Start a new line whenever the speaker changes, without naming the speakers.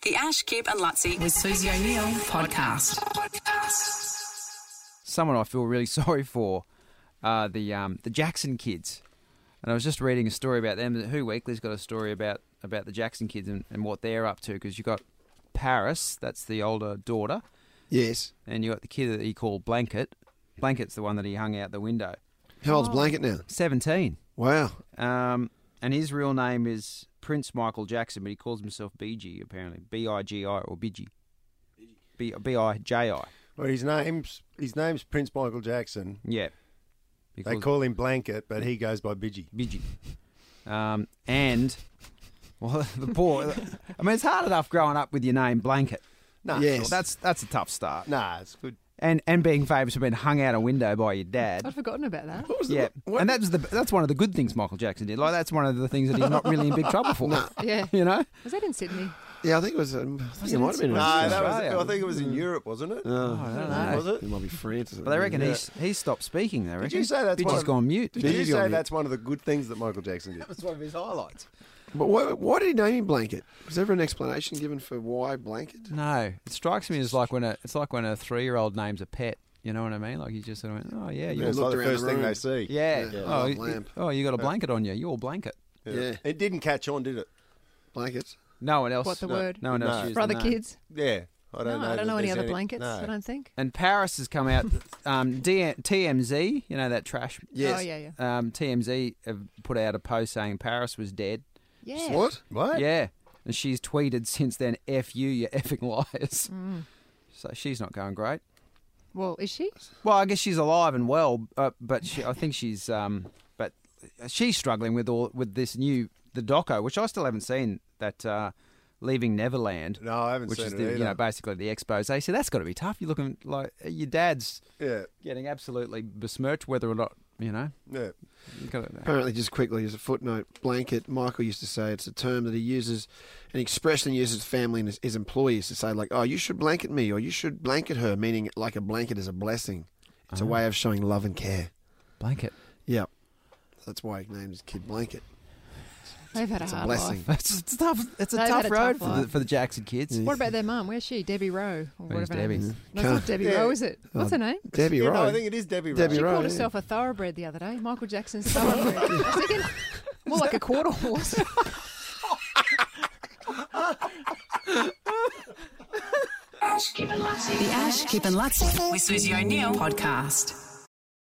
The Ash, Cube and Lutzi.
with Susie O'Neill podcast.
someone I feel really sorry for are the um, the Jackson kids. And I was just reading a story about them. Who Weekly's got a story about about the Jackson kids and, and what they're up to because you got Paris, that's the older daughter,
Yes.
and you got the kid that he called Blanket. Blanket's the one that he hung out the window.
How old's Blanket now?
Seventeen.
Wow.
Um, and his real name is Prince Michael Jackson, but he calls himself BG apparently. B I G I or Bigi. B B I J I.
Well, his name's his name's Prince Michael Jackson.
Yeah. He
They
calls-
call him Blanket, but he goes by Bidgie.
Bidgie. Um, and well, the poor. I mean, it's hard enough growing up with your name blanket.
No,
Yes.
That's that's a tough start.
nah, it's good.
And and being famous for being hung out a window by your
I'd
dad.
forgotten about that.
Yeah, and that's the that's one of the good things Michael Jackson did. Like that's one of the things that he's not really in big trouble for.
Yeah.
You know,
Was that in Sydney?
Yeah, I think it was. Um, I think it might have been.
No,
Australia.
that
Australia.
was. I think it was in Europe, wasn't it?
Oh,
I don't know.
Was it?
It might be France.
but they reckon he's he stopped speaking. They reckon.
you say that's
Bitch
one
has
of-
gone mute.
Did you
Bidgie's got
say
it.
that's one of the good things that Michael Jackson did?
That's one of his highlights.
But why, why did he name him Blanket? Was there an explanation given for why Blanket?
No, it strikes me as like when a it's like when a three year old names a pet. You know what I mean? Like you just sort of went, oh yeah,
Yeah,
you're
it's
looked
like the
around the
first thing
room.
they see.
Yeah.
Yeah.
Oh,
Oh,
you-
lamp.
oh, you got a blanket on you. You're blanket.
Yeah.
It didn't catch on, did it?
Blanket.
No one else.
What the
no,
word?
No one else.
No.
used
For other
the name.
kids?
Yeah. I
No,
don't know.
I
that
don't know any
there's
other blankets,
No.
I don't think.
And Paris has come out. Um, D- TMZ, you know that trash.
Yes.
Oh, yeah, yeah.
Um, TMZ have put out a post saying Paris was dead.
Yeah.
What?
What?
Yeah, and she's tweeted since then, "F you, you effing liars."
Mm.
So she's not going great.
Well, is she?
Well, I guess she's alive and well, uh, but she, I think she's um, but she's struggling with all with this new the doco, which I still haven't seen that uh, leaving Neverland.
No, I haven't
which
seen
is
it
the, you know
either.
basically the expose. So that's got to be tough. You're looking like your dad's
Yeah.
getting absolutely besmirched, whether or not you know.
Yeah.
you gotta-
Apparently, just quickly as a footnote, blanket. Michael used to say it's a term that he uses and expressly uses family and his, his employees to say like, "Oh, you should blanket me," or "You should blanket her," meaning like a blanket is a blessing. It's a way of showing love and care.
blanket.
Yep. That's why he named his kid Blanket.
They've had a
It's a
hard
blessing.
life.
It's, a tough. It's a
They've
tough
had a
road
tough
for, the,
life.
for the Jackson kids.
What about their mum? Where's she? Debbie Rowe or
Where's
whatever. her
Debbie?
name is. No, it's not Debbie
Yeah.
Rowe, is it? What's her name?
Debbie
Yeah,
Rowe.
no, I think it is Debbie Rowe.
Debbie
She
Rowe.
called
yeah.
herself a thoroughbred the other day. Michael Jackson's thoroughbred. I was thinking, more like a quarter horse.
The Ash, Kip and Lutzi
With Susie O'Neill.
podcast.